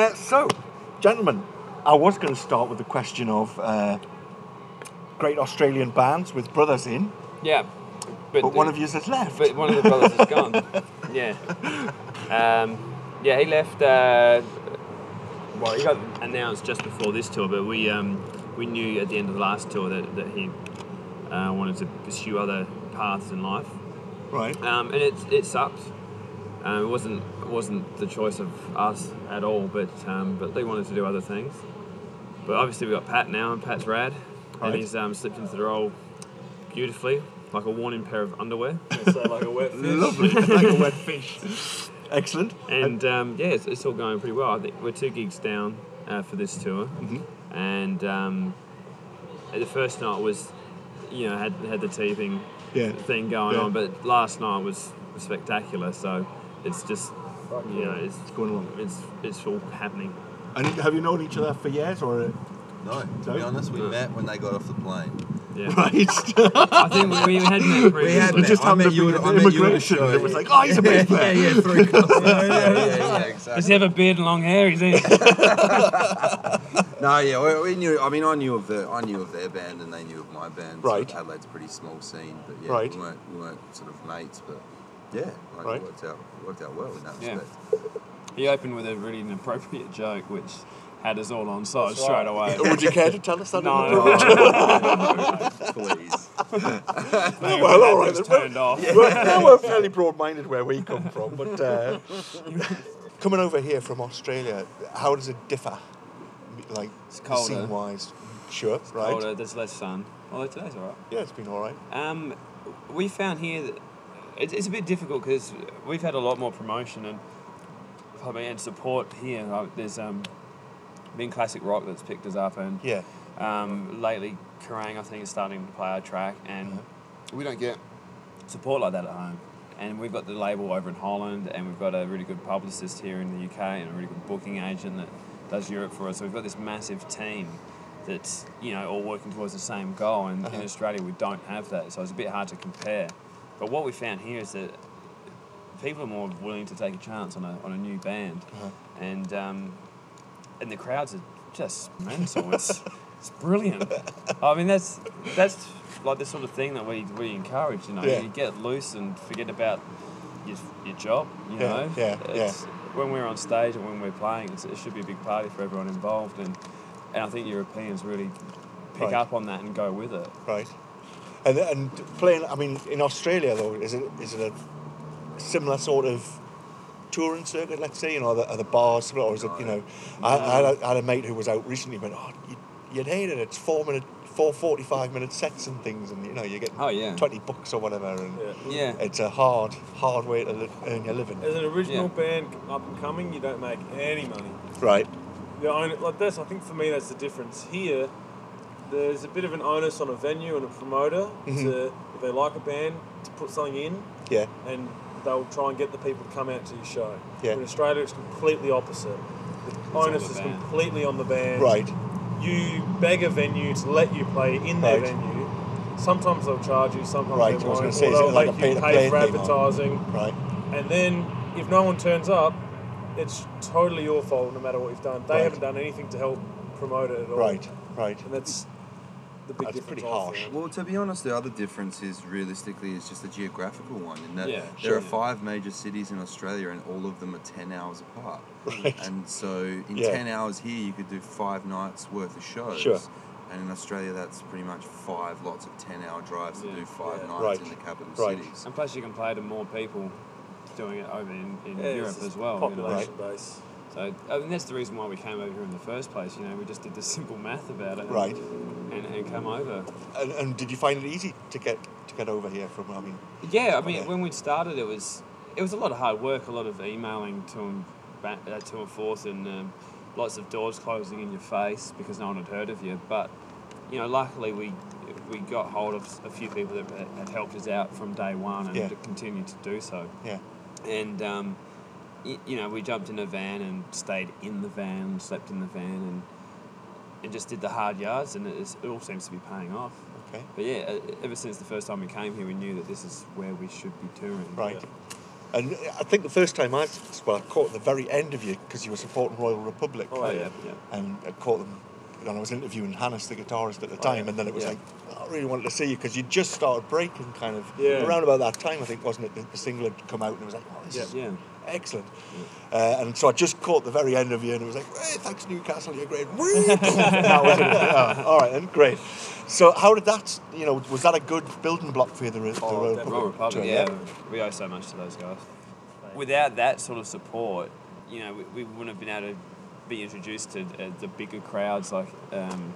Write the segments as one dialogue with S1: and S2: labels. S1: Uh, so, gentlemen, I was going to start with the question of uh, great Australian bands with brothers in,
S2: Yeah,
S1: but one of you has left.
S2: But one of the brothers is gone. Yeah. Um, yeah, he left. Uh, well, he got announced just before this tour, but we um, we knew at the end of the last tour that, that he uh, wanted to pursue other paths in life,
S1: right.
S2: um, and it it sucked. Um, it wasn't it wasn't the choice of us at all, but um, but they wanted to do other things. But obviously we got Pat now, and Pat's rad,
S1: Right.
S2: and he's um, slipped into the role beautifully, like a worn-in pair of underwear.
S3: So like a wet fish.
S1: Lovely, like a wet fish. Excellent.
S2: And um, yeah, it's, it's all going pretty well. I think we're two gigs down uh, for this tour,
S1: Mm-hmm.
S2: and um, the first night was, you know, had had the teething
S1: Yeah.
S2: thing going
S1: Yeah.
S2: on, but last night was spectacular. So it's just, you know, it's
S1: Going along.
S2: It's it's all happening.
S1: And have you known each other for years or? uh,
S3: No, to be
S1: Don't-
S3: honest, we
S2: No.
S3: met when they got off the plane.
S2: Yeah,
S1: Right.
S2: I think we, we had met
S3: We had
S2: previously.
S3: met.
S1: just
S3: I met
S1: happened to
S3: you
S1: be
S3: at
S1: at
S3: I met you at a
S1: immigration,
S3: show.
S1: and it was like, oh, he's a big player.
S3: yeah, yeah, through Costa. yeah, yeah, yeah,
S2: Does
S3: exactly.
S2: he have a beard and long hair? He's in.
S3: No, yeah, we, we knew. I mean, I knew of the, I knew of their band, and they knew of my band. so
S1: Right.
S3: Adelaide's a pretty small scene, but yeah,
S1: Right.
S3: we weren't, we weren't sort of mates, but yeah, like
S1: Right.
S3: it worked out, worked out well in that
S4: Yeah.
S3: respect.
S4: He opened with a really inappropriate joke, which had us all on side straight away.
S1: Would you care to tell us that?
S4: No.
S3: Please.
S1: Well, all right.
S4: It
S1: Then.
S4: was turned off.
S1: We're, we're fairly broad-minded where we come from, but uh, coming over here from Australia, how does it differ? Like
S4: It's colder.
S1: scene-wise, sure, right?
S4: Colder, there's less sun. Although today's alright.
S1: Yeah, it's been all right.
S4: Um, we found here that it's, it's a bit difficult because we've had a lot more promotion and probably and support here. Like, There's um, been classic rock that's picked us up, and
S1: Yeah,
S4: um, lately Kerrang I think is starting to play our track, and
S1: Uh-huh.
S4: we don't get support like that at home. And we've got the label over in Holland, and we've got a really good publicist here in the UK, and a really good booking agent that does Europe for us. So we've got this massive team that's you know all working towards the same goal. And in Australia, we don't have that, so it's a bit hard to compare. But what we found here is that people are more willing to take a chance on a, on a new band,
S1: Uh-huh.
S4: and um, and the crowds are just mental. It's it's brilliant. I mean, that's that's like the sort of thing that we, we encourage. You know,
S1: Yeah.
S4: you get loose and forget about your, your job. You
S1: Yeah,
S4: know,
S1: yeah, yeah.
S4: It's- When we're on stage and when we're playing, it's, it should be a big party for everyone involved. And and I think Europeans really pick
S1: Right.
S4: up on that and go with it.
S1: right. And and playing. I mean, in Australia though, is it is it a similar sort of touring circuit? Let's say, you know, are the, are the bars or is it you know? I, I, had a, I had a mate who was out recently. Went, oh, you, you'd hate it. It's four minute, four forty-five minute sets and things, and you know, you're getting
S4: Oh, yeah.
S1: twenty bucks or whatever, and
S5: Yeah.
S4: Yeah.
S1: it's a hard, hard way to li- earn your living.
S5: As an original
S4: Yeah.
S5: band up and coming, you don't make any money.
S1: Right.
S5: The only, like that's I think for me that's the difference here. There's a bit of an onus on a venue and a promoter
S1: Mm-hmm.
S5: to if they like a band to put something in,
S1: Yeah.
S5: and they'll try and get the people to come out to your show.
S1: Yeah.
S5: In Australia, it's completely opposite. The
S4: on
S5: onus
S4: the
S5: is
S4: band.
S5: completely on the band.
S1: Right.
S5: You beg a venue to let you play in their
S1: Right.
S5: venue. Sometimes they'll charge you. Sometimes
S1: Right, I
S5: they
S1: was
S5: won't.
S1: gonna say,
S5: or
S1: is it
S5: they'll
S1: like
S5: make
S1: a
S5: you
S1: pay-to-play
S5: pay for
S1: thing or-
S5: advertising.
S1: Right.
S5: And then if no one turns up, it's totally your fault no matter what you've done. They
S1: Right.
S5: haven't done anything to help promote it at all.
S1: Right. Right.
S5: And that's the big
S1: That's
S5: difference.
S1: pretty
S5: I
S1: harsh.
S5: feel.
S3: Well, to be honest, the other difference is realistically is just a geographical one in that
S4: Yeah,
S3: there
S4: sure.
S3: are five major cities in Australia and all of them are 10 hours apart. And so in
S1: Yeah.
S3: 10 hours here, you could do five nights worth of shows.
S1: Sure.
S3: And in Australia, that's pretty much five lots of 10 hour drives to
S4: Yeah. Um,
S3: do five
S5: Yeah.
S3: nights
S1: Right.
S3: in the capital
S1: Right.
S3: cities.
S4: And plus, you can play to more people doing it over in, in
S5: Yeah, it's
S4: Europe
S5: just
S4: as well. you know.
S5: Population base.
S4: So I mean, that's the reason why we came over here in the first place. You know, we just did the simple math about it. and-
S1: Right.
S4: And, and come over.
S1: And, and did you find it easy to get to get over here from? I mean,
S4: Yeah, I mean,
S1: Yeah.
S4: when we started, it was it was a lot of hard work, a lot of emailing to and back, uh, to and forth, and um, lots of doors closing in your face because no one had heard of you. But you know, luckily we we got hold of s- a few people that had- had helped us out from day one and
S1: Yeah.
S4: continued to do so.
S1: yeah.
S4: and um, y- you know we jumped in a van and stayed in the van slept in the van and and just did the hard yards and it, is- it all seems to be paying off
S1: Okay.
S4: but yeah e- ever since the first time we came here we knew that this is where we should be touring
S1: Right. And I think the first time I s- well, I caught the very end of you because you were supporting Royal Republic.
S5: Oh, yeah.
S1: And I caught them. And I was interviewing Hannes, the guitarist at the
S5: Oh,
S1: time, and then it was
S4: Yeah.
S1: like, I really wanted to see you because you just started breaking, kind of
S5: Yeah.
S1: around about that time, I think, wasn't it? The, the single had come out, and it was like, oh, this
S5: Yeah.
S1: is
S4: Yeah.
S1: excellent. Uh, and so I just caught the very end of you, and it was like, hey, thanks Newcastle, you're great. and that was it. Oh, all right, then, great. So how did that? You know, was that a good building block for you? The, Ro- the
S5: Oh,
S1: Royal
S5: definitely.
S1: Public
S4: Royal Republic,
S1: tour,
S4: yeah. We owe so much to those guys. Without that sort of support, you know, we, we wouldn't have been able to be introduced to uh, the bigger crowds like um,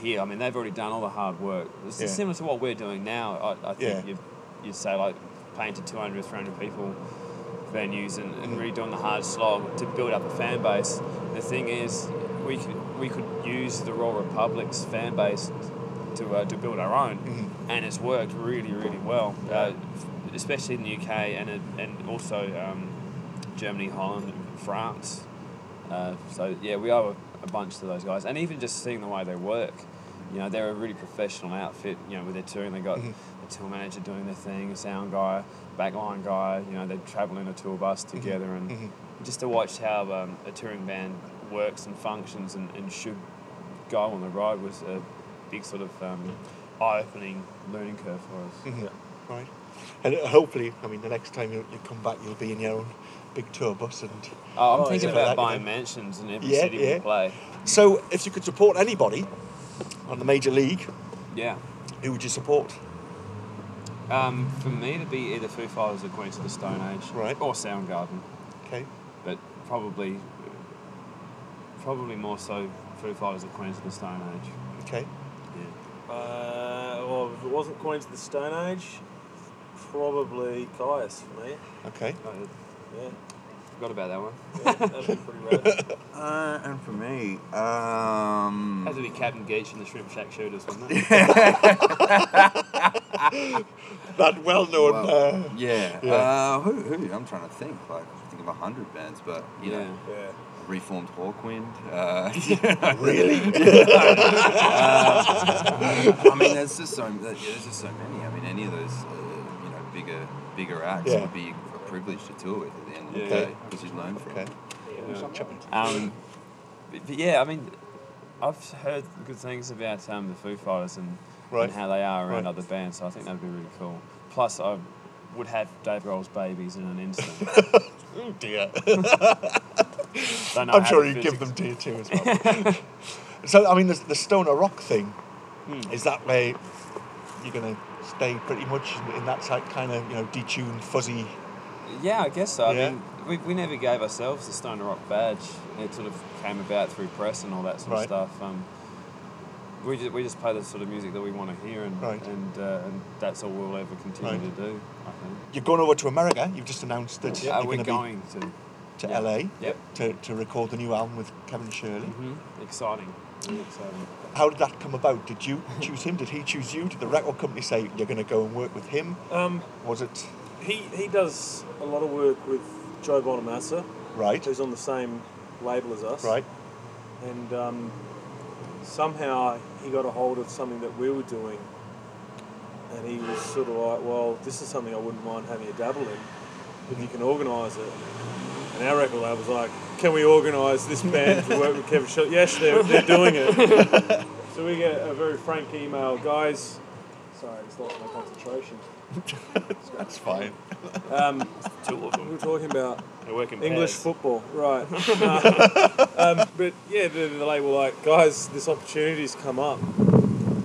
S4: here. I mean, they've already done all the hard work. This
S1: Yeah.
S4: is similar to what we're doing now. I, I think
S1: Yeah.
S4: you you say like paying to 200 or 300 people venues and, and really doing the hard slog to build up a fan base. The thing is, we could, we could use the Royal Republic's fan base to, uh, to build our own, and it's worked really, really well, uh, especially in the UK and, it, and also um, Germany, Holland, and France. Uh, so, yeah, we owe a, a bunch to those guys, and even just seeing the way they work. You know, they're a really professional outfit, you know, with their touring. They got
S1: Mm-hmm.
S4: a tour manager doing their thing, a sound guy, backline guy, you know, they travel in a tour bus
S1: Mm-hmm.
S4: together. And just to watch how um, a touring band works and functions and, and should go on the road was a big sort of um, eye opening learning curve for us.
S1: Mm-hmm. Right. And uh, hopefully, I mean, the next time you, you come back, you'll be in your own big tour bus. And
S4: Oh, I'm
S5: Oh,
S4: thinking
S1: yeah.
S4: about
S1: Like
S4: buying
S1: that.
S4: mansions in every
S1: Yeah,
S4: city
S1: yeah.
S4: we play.
S1: so, if you could support anybody on the major league,
S4: Yeah.
S1: who would you support?
S4: Um, for me, to be either Foo Fighters or Queens of the Stone Age,
S1: Right.
S4: or Soundgarden.
S1: Okay.
S4: but probably probably more so Foo Fighters or Queens of the Stone Age.
S1: Okay.
S4: Yeah.
S5: Uh, well, if it wasn't Queens of the Stone Age, probably Caius for me.
S1: Okay.
S5: Yeah,
S4: Forgot about that one.
S5: yeah that'd be pretty rad.
S3: Uh, and for me,
S1: Mm.
S3: um,
S4: Had to be Captain Geach and the Shrimp Shack Shooters, wasn't it?
S1: That well-known.
S3: Well, yeah.
S1: yeah.
S3: Uh, who, who? I'm trying to think. Like, I think of a hundred bands, but you
S4: yeah.
S3: know,
S5: Yeah.
S3: reformed Hawkwind. Uh, you
S1: uh,
S3: know,
S1: really?
S3: I mean, there's just so there's just so many. I mean, any of those, uh, you know, bigger bigger acts
S1: Yeah.
S3: would be a privilege to tour with at the end of the
S4: Yeah.
S3: day, which is known for.
S1: okay.
S4: Um, but, but yeah, I mean, I've heard good things about um, the Foo Fighters and,
S1: Right.
S4: and how they are around
S1: Right.
S4: other bands, so I think that'd be really cool. Plus, I would have Dave Grohl's babies in an instant.
S1: Oh dear.
S4: Don't know
S1: I'm
S4: how
S1: sure
S4: the
S1: you give
S4: physics-
S1: them dear too as well. so, I mean, the, the stoner rock thing
S4: Hmm.
S1: is that way you're going to stay pretty much in, in that type kind of you know detuned, fuzzy.
S4: Yeah, I guess so. I
S1: Yeah.
S4: mean, we, we never gave ourselves the Stoner Rock badge. It sort of came about through press and all that sort
S1: Right.
S4: of stuff. Um, we, just, we just play the sort of music that we want to hear, and
S1: Right.
S4: and, uh, and that's all we'll ever continue
S1: Right.
S4: to do. I think.
S1: You're going over to America. You've just announced that
S4: Uh,
S1: you're
S4: we're
S1: gonna
S4: going to.
S1: be to
S4: yeah.
S1: LA
S4: Yep.
S1: to, to record the new album with Kevin Shirley.
S4: Mm-hmm. Exciting. Really exciting.
S1: How did that come about? Did you choose him? Did he choose you? Did the record company say you're going to go and work with him?
S5: Um,
S1: Was it
S5: he he does a lot of work with Joe Bonamassa,
S1: right?
S5: who's on the same label as us.
S1: Right.
S5: and um, somehow he got a hold of something that we were doing, and he was sort of like, "Well, this is something I wouldn't mind having a dabble in, if you can organise it." And our record label was like, "Can we organise this band to work with Kevin Shirley?" Yes, they're, they're doing it. so we get a very frank email, guys. Sorry, it's lost my concentration.
S1: That's fine.
S5: Um,
S4: Two of
S5: we
S4: them.
S5: were talking about
S4: They're working
S5: English
S4: pairs.
S5: football, right. Nah. um, but yeah, the, the label were like, guys, this opportunity's come up.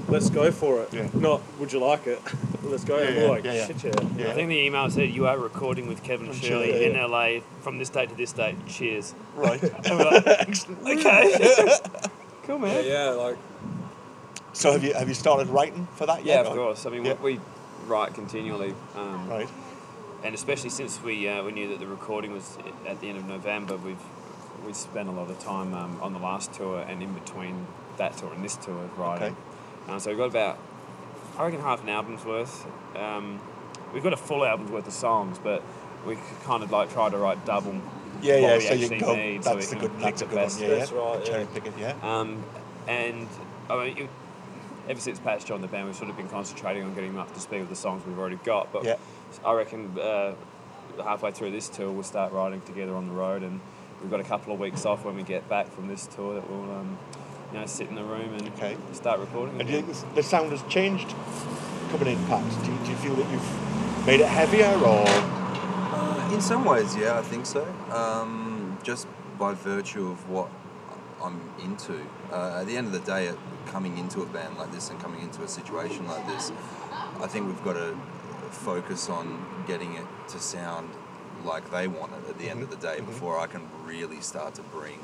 S5: Let's go for it.
S1: Yeah.
S5: Not, would you like it? Let's go. and
S1: Yeah,
S5: we're
S1: yeah,
S5: like,
S1: yeah, yeah.
S5: shit, yeah.
S1: Yeah.
S2: I think the email said you are recording with Kevin
S1: Shirley,
S2: Shirley in
S1: yeah.
S2: LA from this date to this date. Cheers.
S1: right.
S2: okay.
S4: Cool
S5: Yeah,
S4: man. Yeah,
S5: yeah, like,
S1: So have you have you started writing for that yet?
S4: of
S1: or-
S4: course. I mean,
S1: Yeah.
S4: we, we write continually. Um,
S1: Right.
S4: and especially since we uh, we knew that the recording was at the end of November, we've we spent a lot of time um, on the last tour and in between that tour and this tour writing. Uh, so we've got about I reckon half an album's worth. Um, we've got a full album's worth of songs, but we c- kind of like try to write double.
S1: Yeah,
S4: what
S1: yeah.
S4: we
S1: So you
S4: actually
S1: go.
S4: need so we
S1: that's the
S4: can
S1: good.
S4: pick
S1: That's a
S4: the
S1: good one.
S4: best.
S1: Yeah,
S5: That's
S1: yeah.
S5: right,
S1: Cherry
S5: yeah.
S1: picking. Yeah.
S4: Um, and I mean, you, ever since Pat's joined the band, we've sort of been concentrating on getting him up to speed with the songs we've already got. But
S1: Yeah.
S4: I reckon uh, halfway through this tour, we'll start riding together on the road, and we've got a couple of weeks off when we get back from this tour that we'll, um, you know, sit in the room and
S1: Okay.
S4: start recording.
S1: And do you
S4: Again.
S1: think this- the sound has changed coming in, Pat? Do you, do you feel that you've made it heavier or
S3: Uh, in some ways, yeah, I think so. Um, just by virtue of what I'm into. Uh, at the end of the day, uh, coming into a band like this and coming into a situation like this, I think we've got to focus on getting it to sound like they want it at the end of the day before I can really start to bring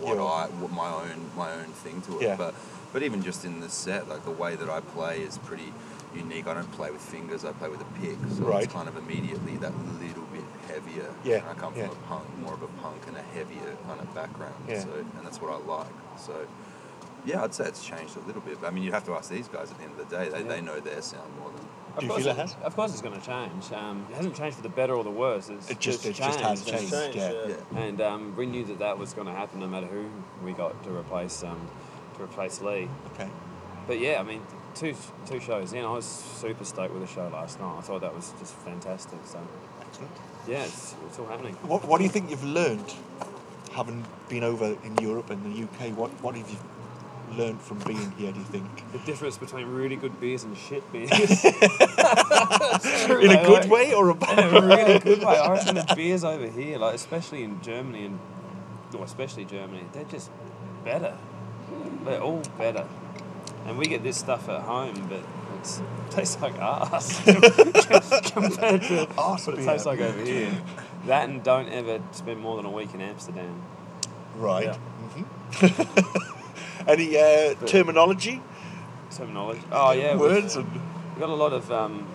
S3: what
S1: Yeah.
S3: I what my own my own thing to it.
S1: Yeah.
S3: But but even just in this set, like the way that I play is pretty unique. I don't play with fingers. I play with a pick. So
S1: Right.
S3: It's kind of immediately that little bit heavier.
S1: Yeah,
S3: And I come
S1: yeah.
S3: from a punk, more of a punk and a heavier kind of background.
S1: Yeah.
S3: So and that's what I like. So. Yeah, I'd say it's changed a little bit. But I mean, you'd have to ask these guys at the end of the day. They, they know their sound more than
S4: Of
S1: do you
S4: course
S1: feel it has?
S4: Of course, it's going to change. Um, it hasn't changed for the better or the worse. It's
S1: It just-
S4: just
S1: it just has changed.
S5: Change,
S1: Yeah.
S5: yeah.
S3: Yeah.
S4: And um, we knew that that was going to happen, no matter who we got to replace um, to replace Lee.
S1: okay?
S4: But yeah, I mean, two two shows in, I was super stoked with the show last night. I thought that was just fantastic. So
S1: Excellent.
S4: yeah, it's, it's all happening.
S1: What, what do you think you've learned, having been over in Europe and the UK? What what have you learned from being here? Do you think?
S4: The difference between really good beers and shit beers. in
S1: In a good way or a bad?
S4: in a really good way. I reckon the beers over here, like especially in Germany and or especially Germany, they're just better. They're all better. And we get this stuff at home, but it's it tastes like ass compared to
S1: Arse
S4: what it
S1: beer.
S4: tastes like over here. That and don't ever spend more than a week in Amsterdam.
S1: Right.
S4: Yeah.
S1: hmm Any uh, terminology,
S4: Terminology. Oh yeah, we've-
S1: words, and
S4: We've got a lot of um,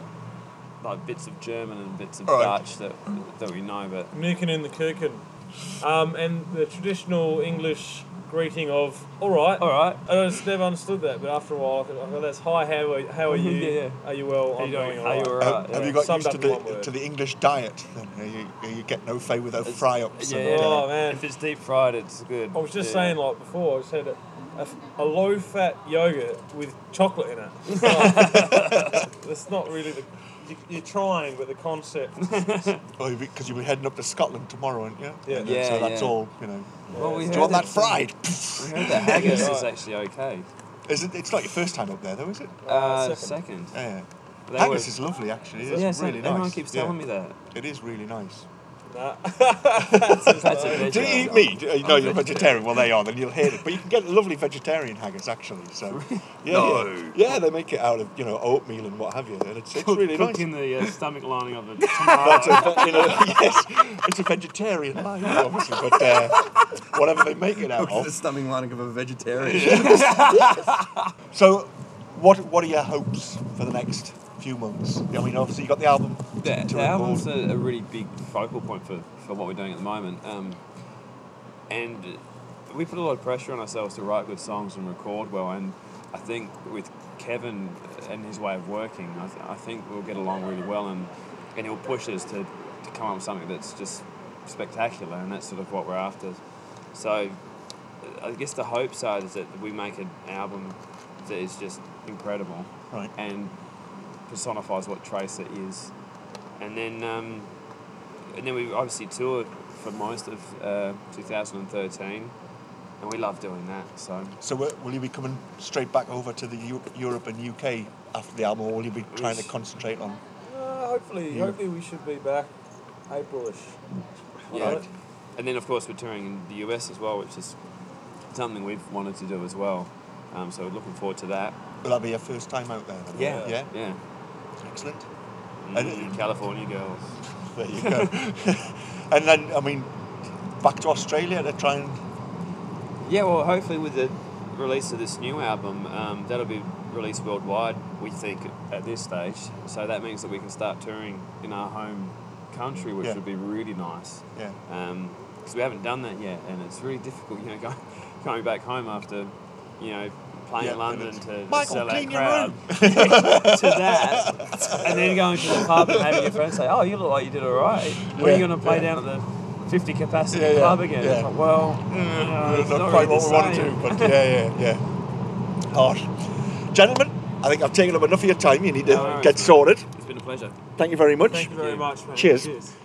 S4: like bits of German and bits of
S1: Alright.
S4: Dutch that that we know, but
S5: Nukin in the Kukin. Um, and the traditional English greeting of, all right.
S4: all right.
S5: I just never understood that, but after a while, I could- I go, that's hi, how are, how are you?
S4: Yeah, yeah.
S5: Are you well?
S4: How
S5: I'm
S4: you doing?
S5: going
S4: Are you
S5: all
S4: all
S5: right.
S1: have-
S4: Right,
S1: have
S4: yeah.
S1: you got
S5: Summed
S1: used to
S5: up in one
S1: the
S5: word.
S1: to the English diet? Then are you, are you get no fay without
S4: It's-
S1: fry ups.
S4: Yeah.
S5: Oh, man.
S4: If it's deep fried, it's good.
S5: I was just
S4: Yeah.
S5: saying, like before, I said a, a, a low fat yogurt with chocolate in it. It's not- That's not really the. You, you're trying, but the concept.
S1: Oh, because you'll be heading up to Scotland tomorrow, aren't you?
S5: Yeah.
S1: And
S4: Yeah,
S1: so that's
S4: yeah.
S1: all you know.
S4: Well, we
S1: Do
S4: heard
S1: you want that
S4: it's-
S1: fried?
S4: We heard that haggis
S5: Yeah.
S4: is actually okay.
S1: Is it, it's not your first time up there, though, is it?
S4: Uh, second.
S5: second.
S1: Yeah.
S4: They
S1: Haggis
S4: were-
S1: is lovely, actually.
S4: Yeah,
S1: It's
S4: so
S1: really nice.
S4: everyone keeps telling me that.
S1: that. It is really nice.
S5: Nah. That's just
S4: That's a
S5: low.
S4: veg-
S1: Do you eat meat? Uh, No, you're vegetarian. Well, they are. Then you'll hate it. But you can get lovely vegetarian haggis, actually. So, yeah, yeah,
S3: No.
S1: yeah, they make it out of you know oatmeal and what have you, and it's, it's really nice.
S4: Cooked in the uh, stomach lining of a
S1: That's
S4: tomato.
S1: a, uh, you know, yes, it's a vegetarian line, obviously, but uh, whatever they make it out
S3: Look at the
S1: of.
S3: stomach lining of a vegetarian.
S1: So, what what are your hopes for the next few months? I mean, obviously you got the album. to-
S4: the,
S1: to
S4: the album's uh,
S1: record.
S4: a, a really big focal point for, for what we're doing at the moment. Um, and we put a lot of pressure on ourselves to write good songs and record well. And I think with Kevin and his way of working, I, th- I think we'll get along really well. And, and he'll push us to, to come up with something that's just spectacular. And that's sort of what we're after. So I guess the hopes are is that we make an album that is just incredible
S1: Right.
S4: and personifies what Tracer is. And then, um, and then we obviously toured for most of uh, 2013, and we love doing that. So
S1: So wi- will you be coming straight back over to the Eu- Europe and UK after the album, or will you be trying to concentrate on?
S5: Uh, hopefully,
S1: Yeah.
S5: hopefully we should be back Aprilish.
S4: yeah,
S5: Right.
S4: and then of course we're touring in the US as well, which is something we've wanted to do as well. Um, so we're looking forward to that.
S1: Will that be your first time out there? then?
S5: Yeah.
S1: Yeah.
S4: Yeah,
S1: Excellent.
S4: Mm, California girls.
S1: There you go. and then, I mean, back to Australia to try and.
S4: Yeah, well, hopefully with the release of this new album, um, that'll be released worldwide. We think at this stage, so that means that we can start touring in our home country, which
S1: Yeah.
S4: would be really nice.
S1: Yeah.
S4: Because Um, we haven't done that yet, and it's really difficult, you know, going, going back home after, you know, playing
S1: Yeah,
S4: London
S1: and it's,
S4: to
S1: "Michael,
S4: sell
S1: clean
S4: that
S1: your
S4: crowd to that, and then going to the pub and having your friends say, "Oh, you look like you did all right. When are
S1: Yeah,
S4: you going to play
S1: yeah.
S4: down at the 50 capacity
S1: Yeah, yeah,
S4: club again?" It's
S1: yeah.
S4: like, well, uh,
S1: That's
S4: it's
S1: not
S4: not
S1: quite
S4: really
S1: what we
S4: the
S1: want to
S4: same.
S1: do, but yeah, yeah, yeah. Harsh. Gentlemen, I think I've taken up enough of your time. You need to
S4: No worries,
S1: get
S4: mate.
S1: sorted.
S4: It's been a pleasure.
S1: Thank you very much.
S5: Thank you very much, mate.
S1: Cheers.
S5: Cheers.